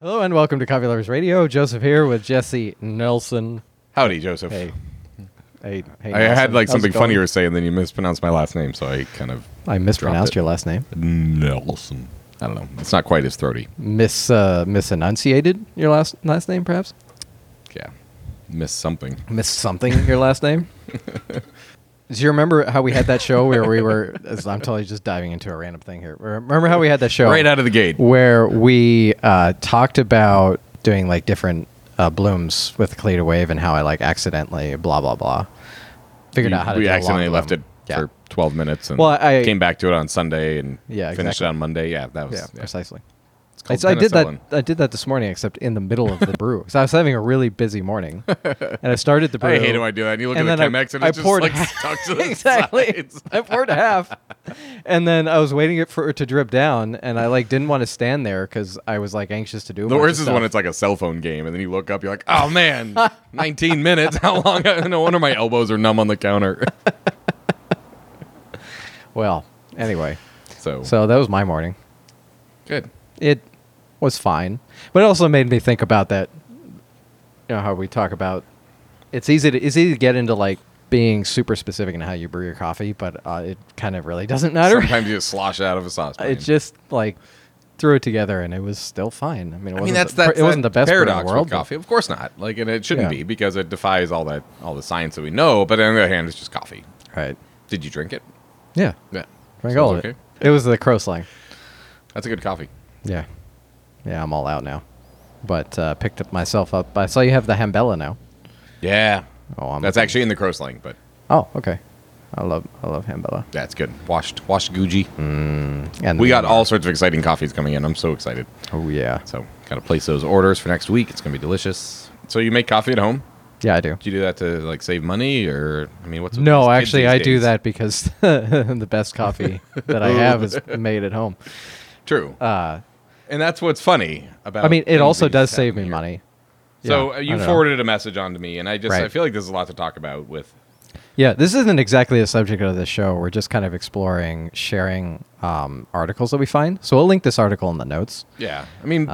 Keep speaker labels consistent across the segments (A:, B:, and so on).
A: Hello and welcome to Coffee Lovers Radio. Joseph here with Jesse Nelson.
B: Howdy, Joseph.
A: Hey, hey, hey
B: I
A: Nelson.
B: had
A: How's
B: like
A: it
B: something
A: going?
B: funny you were saying, then you mispronounced my last name, so I kind of
A: I mispronounced
B: dropped it.
A: your last name.
B: Nelson. I don't know. It's not quite as throaty.
A: Mis uh, misenunciated your last last name, perhaps.
B: Yeah, miss something.
A: Miss something your last name. Do you remember how we had that show where we were? as I'm totally just diving into a random thing here. Remember how we had that show
B: Right out of the gate.
A: where we uh, talked about doing like different uh, blooms with Clear Wave and how I like accidentally blah blah blah. Figured
B: We-
A: out how to.
B: we
A: do a long
B: accidentally left
A: bloom.
B: it
A: Yeah.
B: for 12 minutes and
A: Well, I-
B: came back to it on Sunday and
A: Yeah,
B: finished
A: exactly.
B: it on Monday. Yeah, that was
A: yeah,
B: yeah.
A: precisely.
B: It's
A: I,
B: called
A: I did that.
B: penicillin.
A: I did that this morning, except in the middle of the brew. So I was having a really busy morning, and I started the brew.
B: I hate when I do that. And you look
A: and
B: at the
A: then
B: Chemex and
A: I
B: it's just
A: poured
B: like
A: half-
B: stuck to the
A: exactly.
B: sides.
A: I poured half, and then I was waiting it for it to drip down, and I like didn't want to stand there because I was like anxious to do. a
B: The
A: bunch
B: worst
A: of
B: is when
A: stuff.
B: it's like a cell phone game, and then you look up, you're like, "Oh man, 19 minutes. How long? No wonder my elbows are numb on the counter."
A: well. Anyway,
B: So,
A: so that was my morning.
B: good.
A: It was fine, but it also made me think about that. You know how we talk about it's easy to it's easy to get into like being super specific in how you brew your coffee, but uh, it kind of really doesn't matter.
B: Sometimes you just slosh out of a saucepan.
A: it just like threw it together and it was still fine. I mean, it wasn't,
B: I mean, that's
A: the,
B: that.
A: it wasn't the best brew in
B: paradox
A: the world.
B: with
A: but-
B: coffee. Of course not. Like, and it shouldn't
A: Yeah.
B: be because it defies all that all the science that we know. But on the other hand, it's just coffee.
A: Right.
B: Did you drink it?
A: Yeah.
B: Yeah,
A: Drank
B: Sounds
A: all of it.
B: okay.
A: It was the crow slang.
B: That's a good coffee.
A: Yeah. Yeah, I'm all out now. But uh, picked up myself up. I saw you have the Hambella now.
B: Yeah,
A: Oh, I'm
B: that's actually in the crow slang, but
A: Oh, okay. I love I love Hambella.
B: that's good. Washed, washed Gucci.
A: Mm-hmm. And
B: We
A: the-
B: got all sorts of exciting coffees coming in. I'm so excited.
A: Oh yeah.
B: So, gotta place those orders for next week. It's gonna be delicious. So, you make coffee at home?
A: Yeah, I do.
B: Do you do that to like save money, or I mean, what's with
A: No,
B: these kids
A: actually,
B: these
A: I do
B: days?
A: that because the best coffee that I have is made at home.
B: True,
A: Uh,
B: and that's what's funny about.
A: I mean, it
B: things
A: also
B: that
A: does
B: happen
A: save me
B: here.
A: money.
B: So
A: Yeah,
B: uh,
A: I
B: you
A: don't know.
B: forwarded a message on to me, and I just I
A: Right.
B: feel like there's a lot to talk about with.
A: Yeah, this isn't exactly the subject of this show. We're just kind of exploring sharing um, articles that we find. So we'll link this article in the notes.
B: Yeah, I mean,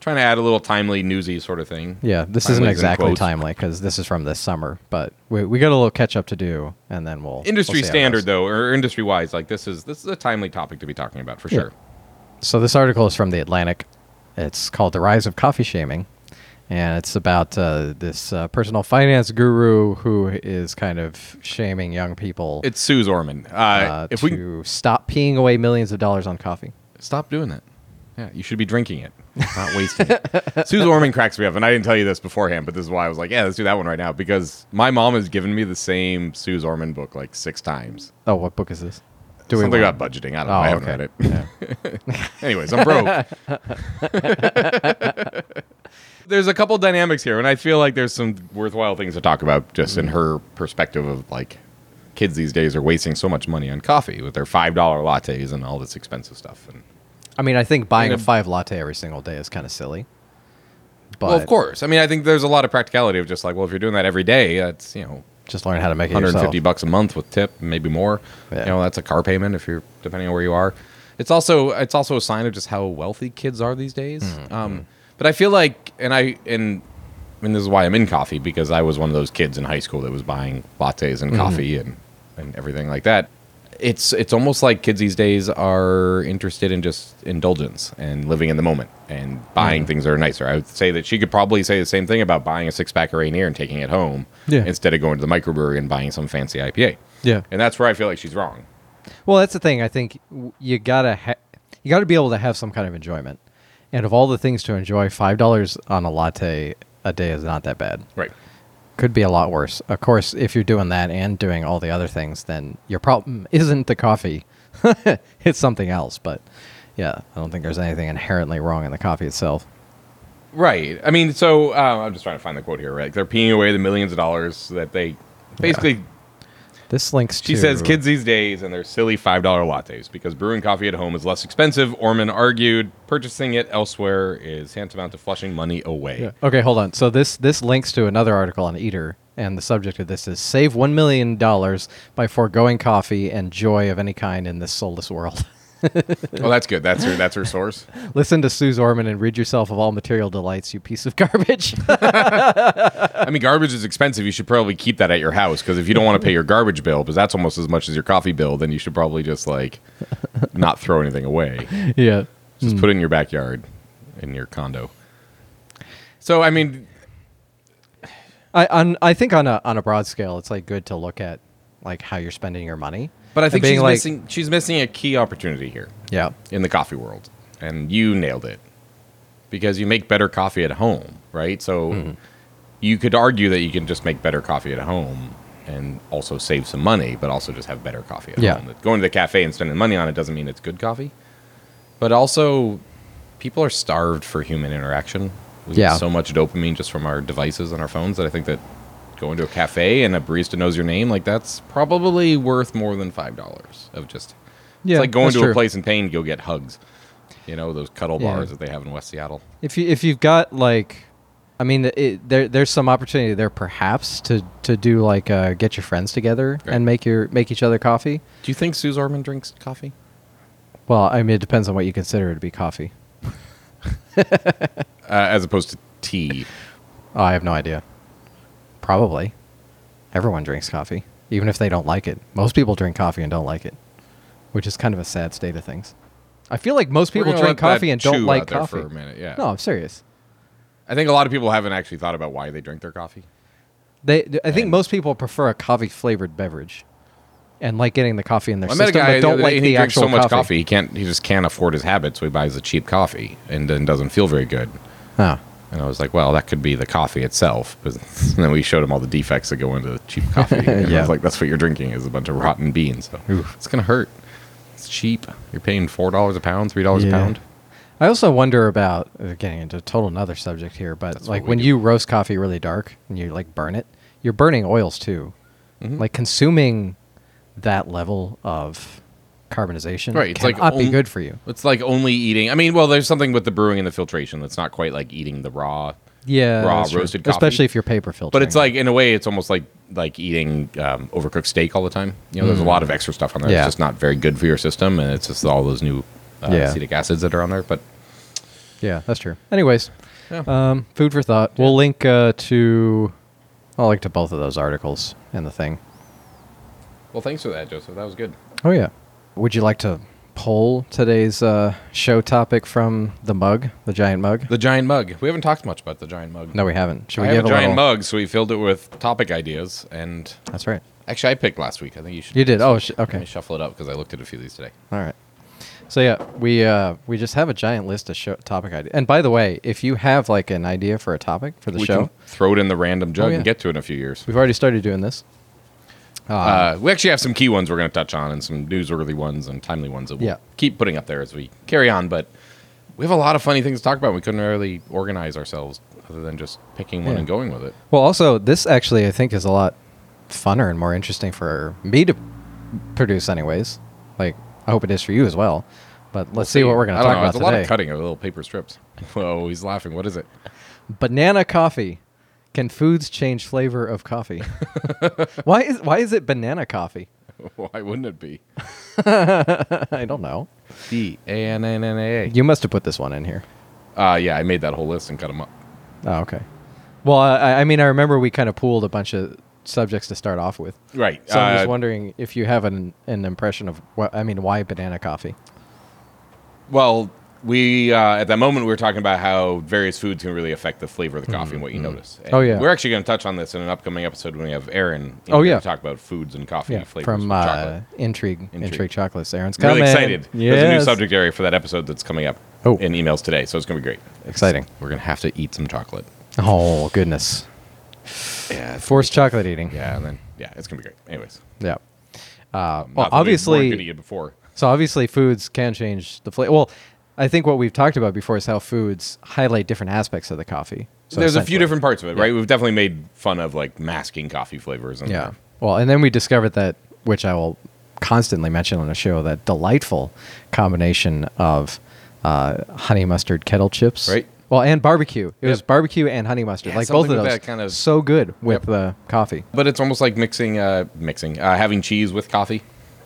B: trying to add a little timely, newsy sort of thing.
A: Uh, Yeah, this isn't
B: Timely is in
A: exactly
B: quotes.
A: timely because this is from this summer, but we, we got a little catch up to do, and then we'll
B: Industry
A: we'll see how it
B: standard,
A: goes.
B: though, or industry wise, like this is this is a timely topic to be talking about for
A: Yeah.
B: sure.
A: So this article is from the Atlantic. It's called "The Rise of Coffee Shaming," and it's about uh, this uh, personal finance guru who is kind of shaming young people
B: It's Suze Orman. Uh,
A: uh,
B: if
A: to
B: we
A: stop peeing away millions of dollars on coffee.
B: Stop doing that. Yeah, you should be drinking it, not wasting it. Suze Orman cracks me up, and I didn't tell you this beforehand, but this is why I was like, yeah, let's do that one right now because my mom has given me the same Suze Orman book like six times.
A: Oh, what book is this?
B: Something
A: want- Oh,
B: about budgeting. I don't know. I haven't read it.
A: Yeah.
B: Anyways, I'm broke. there's a couple dynamics here, and I feel like there's some worthwhile things to talk about just in her perspective of like kids these days are wasting so much money on coffee with their $5 lattes and all this expensive stuff. And
A: I mean, I think buying
B: In
A: a
B: a-
A: five latte every single day is kind of silly. But
B: well, of course. I mean, I think there's a lot of practicality of just like, well, if you're doing that every day, that's you know,
A: just learn how to make it
B: 150
A: yourself.
B: bucks a month with tip, maybe more.
A: Yeah.
B: You know, that's a car payment if you're depending on where you are. It's also it's also a sign of just how wealthy kids are these days.
A: Mm-hmm.
B: Um, but I feel like, and I and and this is why I'm in coffee because I was one of those kids in high school that was buying lattes
A: Mm-hmm.
B: and coffee and and everything like that. It's it's almost like kids these days are interested in just indulgence and living in the moment and
A: Mm.
B: buying things that are nicer. I would say that she could probably say the same thing about buying a six pack of Rainier and taking it home
A: Yeah.
B: instead of going to the microbrewery and buying some fancy IPA.
A: Yeah.
B: And that's where I feel like she's wrong.
A: Well, that's the thing. I think w- you gotta ha- you gotta be able to have some kind of enjoyment. And of all the things to enjoy, five dollars on a latte a day is not that bad.
B: Right.
A: Could be a lot worse. Of course, if you're doing that and doing all the other things, then your problem isn't the coffee. it's something else. But yeah, I don't think there's anything inherently wrong in the coffee itself.
B: Right. I mean, so uh, I'm just trying to find the quote here. Right. They're peeing away the millions of dollars that they basically.
A: This links
B: She
A: to
B: says kids these days and their silly $5 lattes because brewing coffee at home is less expensive. Orman argued purchasing it elsewhere is tantamount to flushing money away.
A: Yeah. Okay, hold on. So this this links to another article on Eater, and the subject of this is save one million dollars by foregoing coffee and joy of any kind in this soulless world.
B: Well, Oh, that's good. That's her. That's her source.
A: Listen to Suze Orman and rid yourself of all material delights, you piece of garbage.
B: I mean, garbage is expensive. You should probably keep that at your house because if you don't want to pay your garbage bill, because that's almost as much as your coffee bill, then you should probably just like not throw anything away.
A: yeah.
B: Just put it in your backyard, in your condo. So I mean,
A: I on I think on a on a broad scale, it's like good to look at like how you're spending your money.
B: but I
A: And
B: think
A: being
B: she's
A: like-
B: missing. She's missing a key opportunity here
A: Yeah.
B: in the coffee world, and you nailed it because you make better coffee at home, right? So
A: Mm-hmm.
B: you could argue that you can just make better coffee at home and also save some money, but also just have better coffee at
A: Yeah.
B: home. Going to the cafe and spending money on it doesn't mean it's good coffee, but also people are starved for human interaction. We
A: Yeah.
B: get so much dopamine just from our devices and our phones that I think that going to a cafe and a barista knows your name, like that's probably worth more than five dollars of just.
A: Yeah,
B: it's like going
A: that's
B: to
A: true.
B: a place in pain, you'll get hugs. You know those cuddle
A: Yeah.
B: bars that they have in West Seattle.
A: If you if you've got like, I mean, it, there there's some opportunity there perhaps to to do like uh, get your friends together
B: Right.
A: and make your make each other coffee.
B: Do you think Suze Orman drinks coffee?
A: Well, I mean, it depends on what you consider to be coffee.
B: Uh, as opposed to tea.
A: Oh, I have no idea. Probably, everyone drinks coffee, even if they don't like it. Most people drink coffee and don't like it, which is kind of a sad state of things. I feel like most
B: We're
A: people
B: gonna
A: drink
B: let that
A: coffee and don't
B: chew
A: like
B: out there
A: coffee.
B: For a minute, yeah.
A: No, I'm serious.
B: I think a lot of people haven't actually thought about why they drink their coffee.
A: They, th- I think
B: And-
A: most people prefer a coffee flavored beverage, and like getting the coffee in their
B: I met a
A: system,
B: guy
A: but
B: the
A: don't
B: other day,
A: like
B: and
A: the
B: he drinks
A: actual
B: so much coffee.
A: coffee.
B: He can't. He just can't afford his habit, so he buys a cheap coffee and then doesn't feel very good.
A: Oh.
B: And I was like, well, that could be the coffee itself. But and then we showed him all the defects that go into cheap coffee. And I
A: Yeah.
B: was like, that's what you're drinking is a bunch of rotten beans. So it's gonna hurt. It's cheap. You're paying four dollars a pound, three dollars a
A: Yeah.
B: pound.
A: I also wonder about uh, getting into a total another subject here, but
B: That's what
A: like
B: we
A: when
B: do.
A: you roast coffee really dark and you like burn it, you're burning oils too.
B: Mm-hmm.
A: Like consuming that level of carbonization
B: Right, it's like
A: cannot be
B: on-
A: good for you.
B: It's like only eating. I mean, well, there's something with the brewing and the filtration that's not quite like eating the raw.
A: Yeah,
B: raw
A: that's true.
B: roasted coffee.
A: especially if you're paper filtering.
B: But it's like in a way, it's almost like like eating um, overcooked steak all the time. You know, there's a lot of extra stuff on there.
A: Mm. Yeah.
B: It's just not very good for your system, and it's just all those new uh,
A: Yeah.
B: acetic acids that are on there. But
A: yeah, that's true. Anyways,
B: yeah.
A: Um, food for thought. We'll link uh, to, I'll link to both of those articles in the thing.
B: well, thanks for that, Joseph. That was good.
A: Oh yeah. Would you like to poll today's uh, show topic from the mug, the giant mug?
B: The giant mug. We haven't talked much about the giant mug.
A: No, we haven't. Should
B: I
A: we
B: have
A: give
B: a
A: a
B: giant
A: little?
B: mug, so we filled it with topic ideas. And
A: That's right.
B: actually, I picked last week. I think you should.
A: You did. Oh, sh-
B: Let me
A: okay.
B: shuffle it up because I looked at a few of these today.
A: All right. So yeah, we uh, we just have a giant list of show topic ideas. And by the way, if you have like an idea for a topic for the
B: we
A: show,
B: can throw it in the random jug
A: Oh, yeah.
B: and get to it in a few years.
A: we've already started doing this.
B: Uh, we actually have some key ones we're going to touch on and some newsworthy ones and timely ones that we'll
A: Yeah.
B: keep putting up there as we carry on. But we have a lot of funny things to talk about. We couldn't really organize ourselves other than just picking one
A: Yeah.
B: and going with it.
A: Well, also, this actually I think is a lot funner and more interesting for me to produce, anyways. Like, I hope it is for you as well. But let's see what we're going
B: I
A: to
B: don't
A: talk
B: know,
A: about
B: It's a lot
A: today.
B: of cutting of little paper strips. Whoa, he's laughing. What is it?
A: Banana coffee. Can foods change flavor of coffee? why is why is it banana coffee?
B: Why wouldn't it be?
A: I don't know.
B: D A N N N A
A: You must have put this one in here.
B: A. Uh, yeah, I made that whole list and cut them up.
A: Oh, okay. Well, I, I mean, I remember we kind of pooled a bunch of subjects to start off with.
B: Right.
A: So I'm just
B: uh,
A: wondering if you have an an impression of what I mean. Why banana coffee?
B: Well, we uh, at that moment we were talking about how various foods can really affect the flavor of the coffee and what you notice. And
A: Oh, yeah.
B: we're actually going to touch on this in an upcoming episode when we have Aaron.
A: Oh, yeah.
B: to talk about foods and coffee flavors
A: from
B: with
A: uh,
B: chocolate.
A: intrigue, intrigue,
B: Intrigue.
A: chocolates. Aaron's
B: I'm
A: coming.
B: really excited. There's a new
A: Yes.
B: subject area for that episode that's coming up
A: Oh.
B: in emails today, so it's going to be great.
A: Exciting.
B: We're going to have to eat some chocolate.
A: Oh goodness,
B: Yeah,
A: forced chocolate eating.
B: yeah, and then yeah, it's going to be great. Anyways,
A: Yeah. Uh,
B: not
A: well,
B: that we weren't gonna
A: obviously,
B: eat it before.
A: so obviously, foods can change the flavor. Well, I think what we've talked about before is how foods highlight different aspects of the coffee. So
B: There's a few
A: essentially-
B: different parts of it, right? We've definitely made fun of like masking coffee flavors. And
A: Yeah. Well, and then we discovered that, which I will constantly mention on the show, that delightful combination of uh, honey mustard kettle chips.
B: Right.
A: Well, and barbecue. It was
B: Yep.
A: barbecue and honey mustard.
B: Yeah,
A: like both
B: something
A: of
B: with
A: those.
B: that kind of-
A: so good with the coffee.
B: But it's almost like mixing, uh, mixing, uh, having cheese with coffee.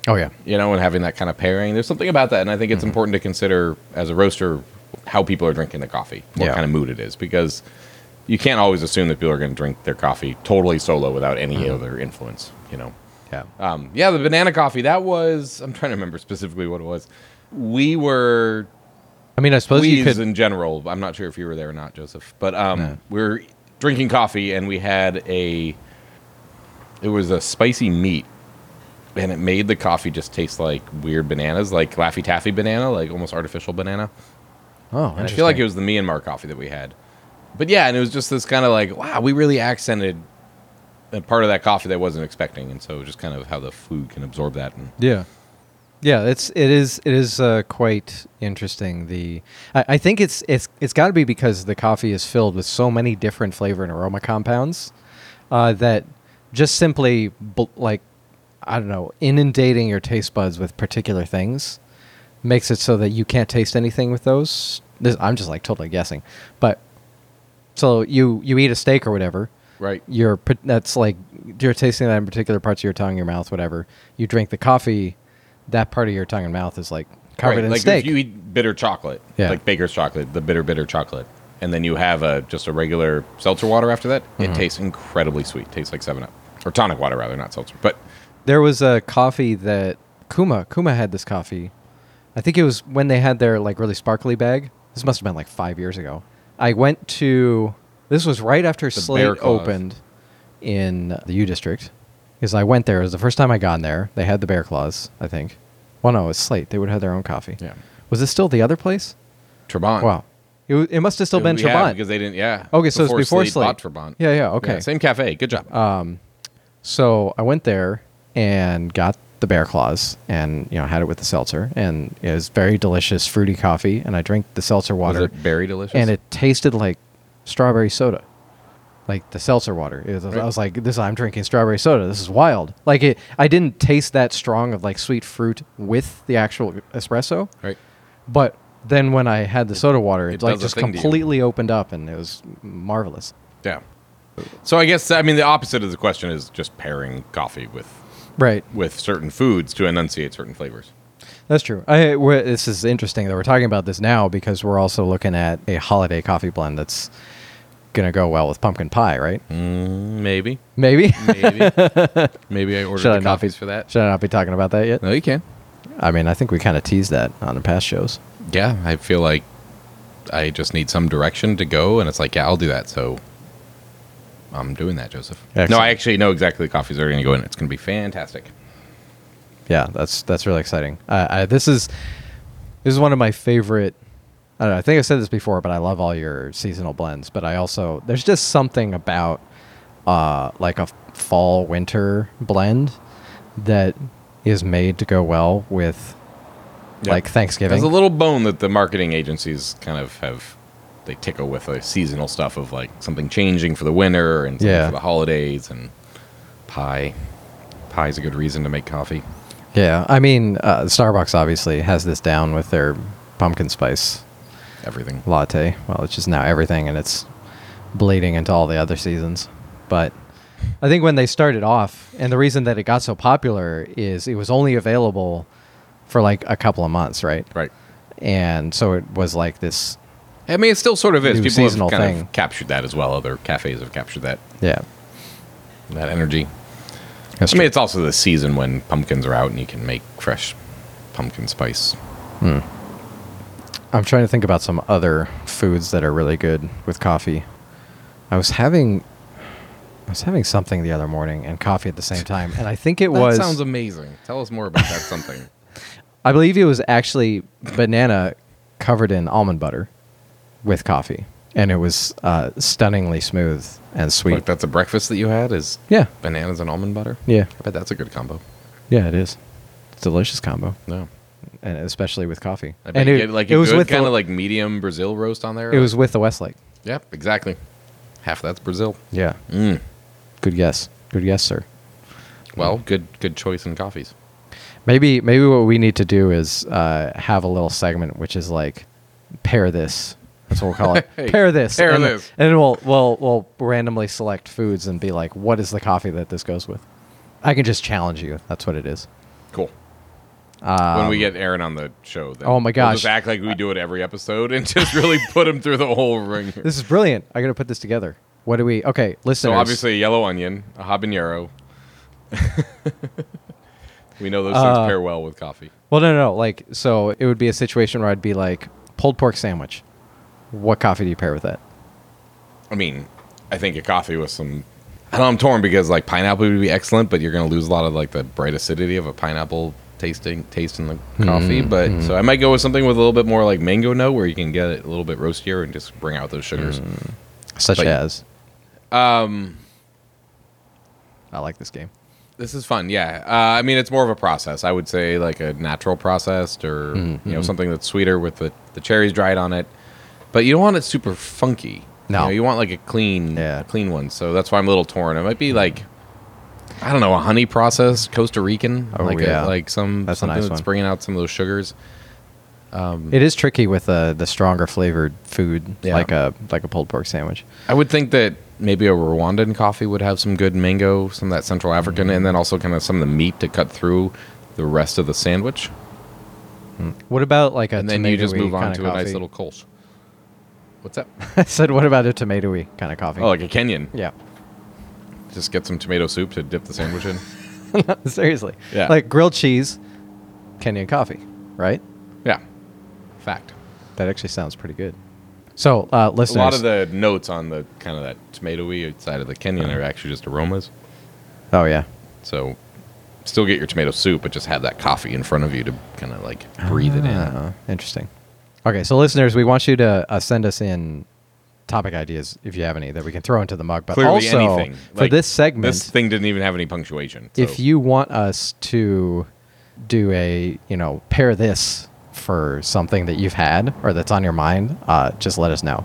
A: Oh yeah.
B: you know, and having that kind of pairing. There's something about that, and I think it's important to consider as a roaster how people are drinking the coffee, what
A: Yeah.
B: kind of mood it is, because you can't always assume that people are going to drink their coffee totally solo without any other influence. You know,
A: Yeah.
B: um, yeah, the banana coffee that was. I'm trying to remember specifically what it was. We were
A: I mean, I suppose you
B: we
A: could.
B: in general. I'm not sure if you were there or not, Joseph, but um, we were drinking coffee and we had a. It was a spicy meat, and it made the coffee just taste like weird bananas, like Laffy Taffy banana, like almost artificial banana.
A: oh,
B: And I feel like it
A: interesting.
B: was the Myanmar coffee that we had, but yeah, and it was just this kind of like wow, we really accented a part of that coffee that I wasn't expecting, and so just kind of how the food can absorb that and
A: Yeah. Yeah, it's it is it is uh, quite interesting. The I, I think it's it's it's got to be because the coffee is filled with so many different flavor and aroma compounds uh, that just simply bl- like I don't know inundating your taste buds with particular things makes it so that you can't taste anything with those. This, I'm just like totally guessing, but so you you eat a steak or whatever,
B: right.
A: your pa- that's like you're tasting that in particular parts of your tongue, your mouth, whatever. You drink the coffee, that part of your tongue and mouth is like covered
B: Right,
A: in
B: like
A: steak.
B: If you eat bitter chocolate,
A: Yeah.
B: like baker's chocolate, the bitter bitter chocolate, and then you have a just a regular seltzer water after that,
A: Mm-hmm.
B: it tastes incredibly sweet. Tastes like Seven Up or tonic water rather, not seltzer. But
A: there was a coffee that Kuma Kuma had this coffee. I think it was when they had their like really sparkly bag. This must have been like five years ago. I went to this was right after
B: Bear
A: Slate
B: Claws.
A: opened in the U District because I went there. It was the first time I gone there. They had the bear claws, I think. Well, no, it was Slate. They would have had their own coffee.
B: Yeah.
A: Was it still the other place?
B: Trabant,
A: Wow. It, wa- it must have still been
B: Yeah,
A: Trabant.
B: because they didn't. Yeah.
A: Okay, so it's before
B: bought
A: Slate.
B: Trabant.
A: Yeah, yeah, okay. Uh,
B: same cafe. Good job.
A: so I went there and got the bear claws and you know had it with the seltzer and it was very delicious fruity coffee and I drank the seltzer
B: Was
A: water
B: it very delicious?
A: and it tasted like strawberry soda. Like the seltzer water. It was, I was like, this I'm drinking strawberry soda. This is wild. Like it I didn't taste that strong of like sweet fruit with the actual espresso.
B: right.
A: But then when I had the soda water, it,
B: it
A: like
B: does a
A: just
B: thing to you.
A: completely opened up and it was marvelous.
B: Yeah. So I guess I mean the opposite of the question is just pairing coffee with
A: Right.
B: with certain foods to enunciate certain flavors.
A: That's true. I, we're, this is interesting that we're talking about this now because we're also looking at a holiday coffee blend that's going to go well with pumpkin pie, right?
B: Mm. Maybe.
A: Mm, Maybe.
B: Maybe. Maybe I ordered
A: should I
B: the
A: not be
B: coffees for that.
A: Should I not be talking about that yet?
B: No, you can.
A: I mean, I think we kind of teased that on the past shows.
B: yeah, I feel like I just need some direction to go, and it's like, yeah, I'll do that. So I'm doing that, Joseph. No,
A: Excellent.
B: I actually know exactly the coffees that are going to go in. It's going to be fantastic.
A: Yeah, that's that's really exciting. Uh, I, this is this is one of my favorite. I don't know. I think I said this before, but I love all your seasonal blends. But I also there's just something about uh, like a fall winter blend that is made to go well with
B: Yeah.
A: like Thanksgiving.
B: There's a little bone that the marketing agencies kind of have. They tickle with like seasonal stuff of like something changing for the winter and something
A: Yeah.
B: for the holidays and pie. Pie's a good reason to make coffee.
A: yeah, I mean uh, Starbucks obviously has this down with their pumpkin spice
B: Everything.
A: latte. Well, it's just now everything, and it's bleeding into all the other seasons. But I think when they started off, and the reason that it got so popular is it was only available for like a couple of months, right?
B: Right.
A: And so it was like this,
B: I mean, it still sort of is.
A: New
B: People
A: seasonal
B: have kind
A: thing.
B: of captured that as well. Other cafes have captured that
A: yeah.
B: that energy.
A: That's
B: I mean,
A: true.
B: it's also the season when pumpkins are out and you can make fresh pumpkin spice.
A: I'm trying to think about some other foods that are really good with coffee. I was having. I was having something the other morning and coffee at the same time, and I think it was.
B: That sounds amazing. Tell us more about that something.
A: I believe it was actually banana covered in almond butter with coffee, and it was uh, stunningly smooth and sweet.
B: like that's a breakfast that you had is
A: yeah,
B: bananas and almond butter.
A: yeah,
B: I bet that's a good combo.
A: yeah. It is It's a delicious combo,
B: No,
A: and especially with coffee.
B: I bet
A: and
B: you get like a
A: was
B: good
A: with the-
B: kind of like medium Brazil roast on there.
A: it was with the Westlake.
B: Yep, exactly. Half that's Brazil.
A: Yeah,
B: Mm.
A: good guess, good guess, sir.
B: Well, good good choice in coffees.
A: Maybe maybe what we need to do is uh, have a little segment which is like pair this. That's what we'll call it.
B: Hey,
A: pair this.
B: pair
A: and,
B: this.
A: And we'll we'll we'll randomly select foods and be like, what is the coffee that this goes with? I can just challenge you. That's what it is.
B: Cool. when we get Aaron on the show, then
A: oh my
B: we'll just
A: gosh.
B: act like we do it every episode and just really put him through the whole ring.
A: This is brilliant. I got to put this together. What do we? Okay, listen.
B: So obviously, a yellow onion, a habanero. we know those
A: Uh,
B: things pair well with coffee.
A: Well, no, no, no. Like, so it would be a situation where I'd be like, pulled pork sandwich. What coffee do you pair with that?
B: I mean, I think a coffee with some. I know I'm torn because like pineapple would be excellent, but you're gonna lose a lot of like the bright acidity of a pineapple tasting taste in the coffee.
A: Mm-hmm.
B: But so I might go with something with a little bit more like mango note, where you can get it a little bit roastier and just bring out those sugars.
A: Mm. Such
B: Like-
A: as. Um, I like this game.
B: This is fun, yeah. Uh, I mean, it's more of a process. I would say like a natural processed or
A: Mm-hmm.
B: you know something that's sweeter with the, the cherries dried on it. But you don't want it super funky.
A: No.
B: you, know, you want like a clean,
A: Yeah.
B: a clean one. So that's why I'm a little torn. It might be like I don't know a honey processed Costa Rican,
A: Oh,
B: like
A: yeah.
B: a, like some
A: That's a
B: something
A: nice
B: that's
A: one.
B: bringing out some of those sugars.
A: It is tricky with uh, the stronger flavored food,
B: Yeah.
A: like a like a pulled pork sandwich.
B: I would think that maybe a Rwandan coffee would have some good mango, some of that Central African,
A: Mm-hmm.
B: and then also kind of some of the meat to cut through the rest of the sandwich.
A: What about like a
B: and then you just
A: tomatoey
B: move on
A: kinda
B: to
A: coffee?
B: a nice little Kolsch. What's that?
A: I said, what about a tomatoey kind of coffee?
B: Oh, like a Kenyan.
A: yeah.
B: Just get some tomato soup to dip the sandwich in.
A: Seriously.
B: Yeah.
A: Like grilled cheese, Kenyan coffee, right?
B: Yeah. Fact.
A: That actually sounds pretty good. So, uh, listeners,
B: A lot of the notes on the kind of that tomatoey side of the Kenyan
A: Uh-huh.
B: are actually just aromas.
A: oh yeah,
B: So still get your tomato soup, but just have that coffee in front of you to kind of like breathe it in.
A: Uh, interesting. Okay, so listeners, we want you to uh, send us in topic ideas if you have any that we can throw into the mug. But
B: Clearly
A: also
B: anything.
A: for
B: Like,
A: this segment,
B: This thing didn't even have any punctuation. So.
A: if you want us to do a you know pair this for something that you've had or that's on your mind, uh, just let us know.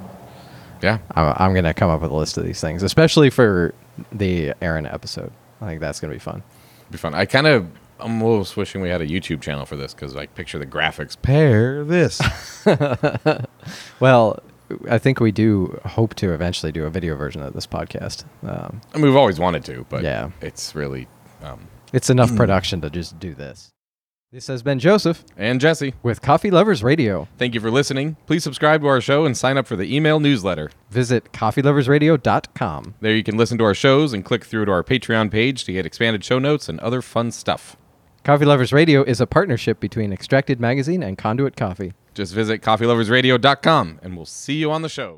B: Yeah.
A: I'm, I'm gonna come up with a list of these things, especially for the Aaron episode. I think that's gonna be fun.
B: It'd be fun. I kind of. I'm almost wishing we had a YouTube channel for this because I picture the graphics. Pair this.
A: Well, I think we do hope to eventually do a video version of this podcast. Um,
B: I mean, we've always wanted to, but
A: Yeah.
B: it's really. Um,
A: It's enough production to just do this. This has been Joseph
B: and Jesse,
A: with Coffee Lovers Radio.
B: thank you for listening. Please subscribe to our show and sign up for the email newsletter.
A: Visit coffeeloversradio.com.
B: There you can listen to our shows and click through to our Patreon page to get expanded show notes and other fun stuff.
A: Coffee Lovers Radio is a partnership between Extracted Magazine and Conduit Coffee.
B: Just visit coffeeloversradio.com and we'll see you on the show.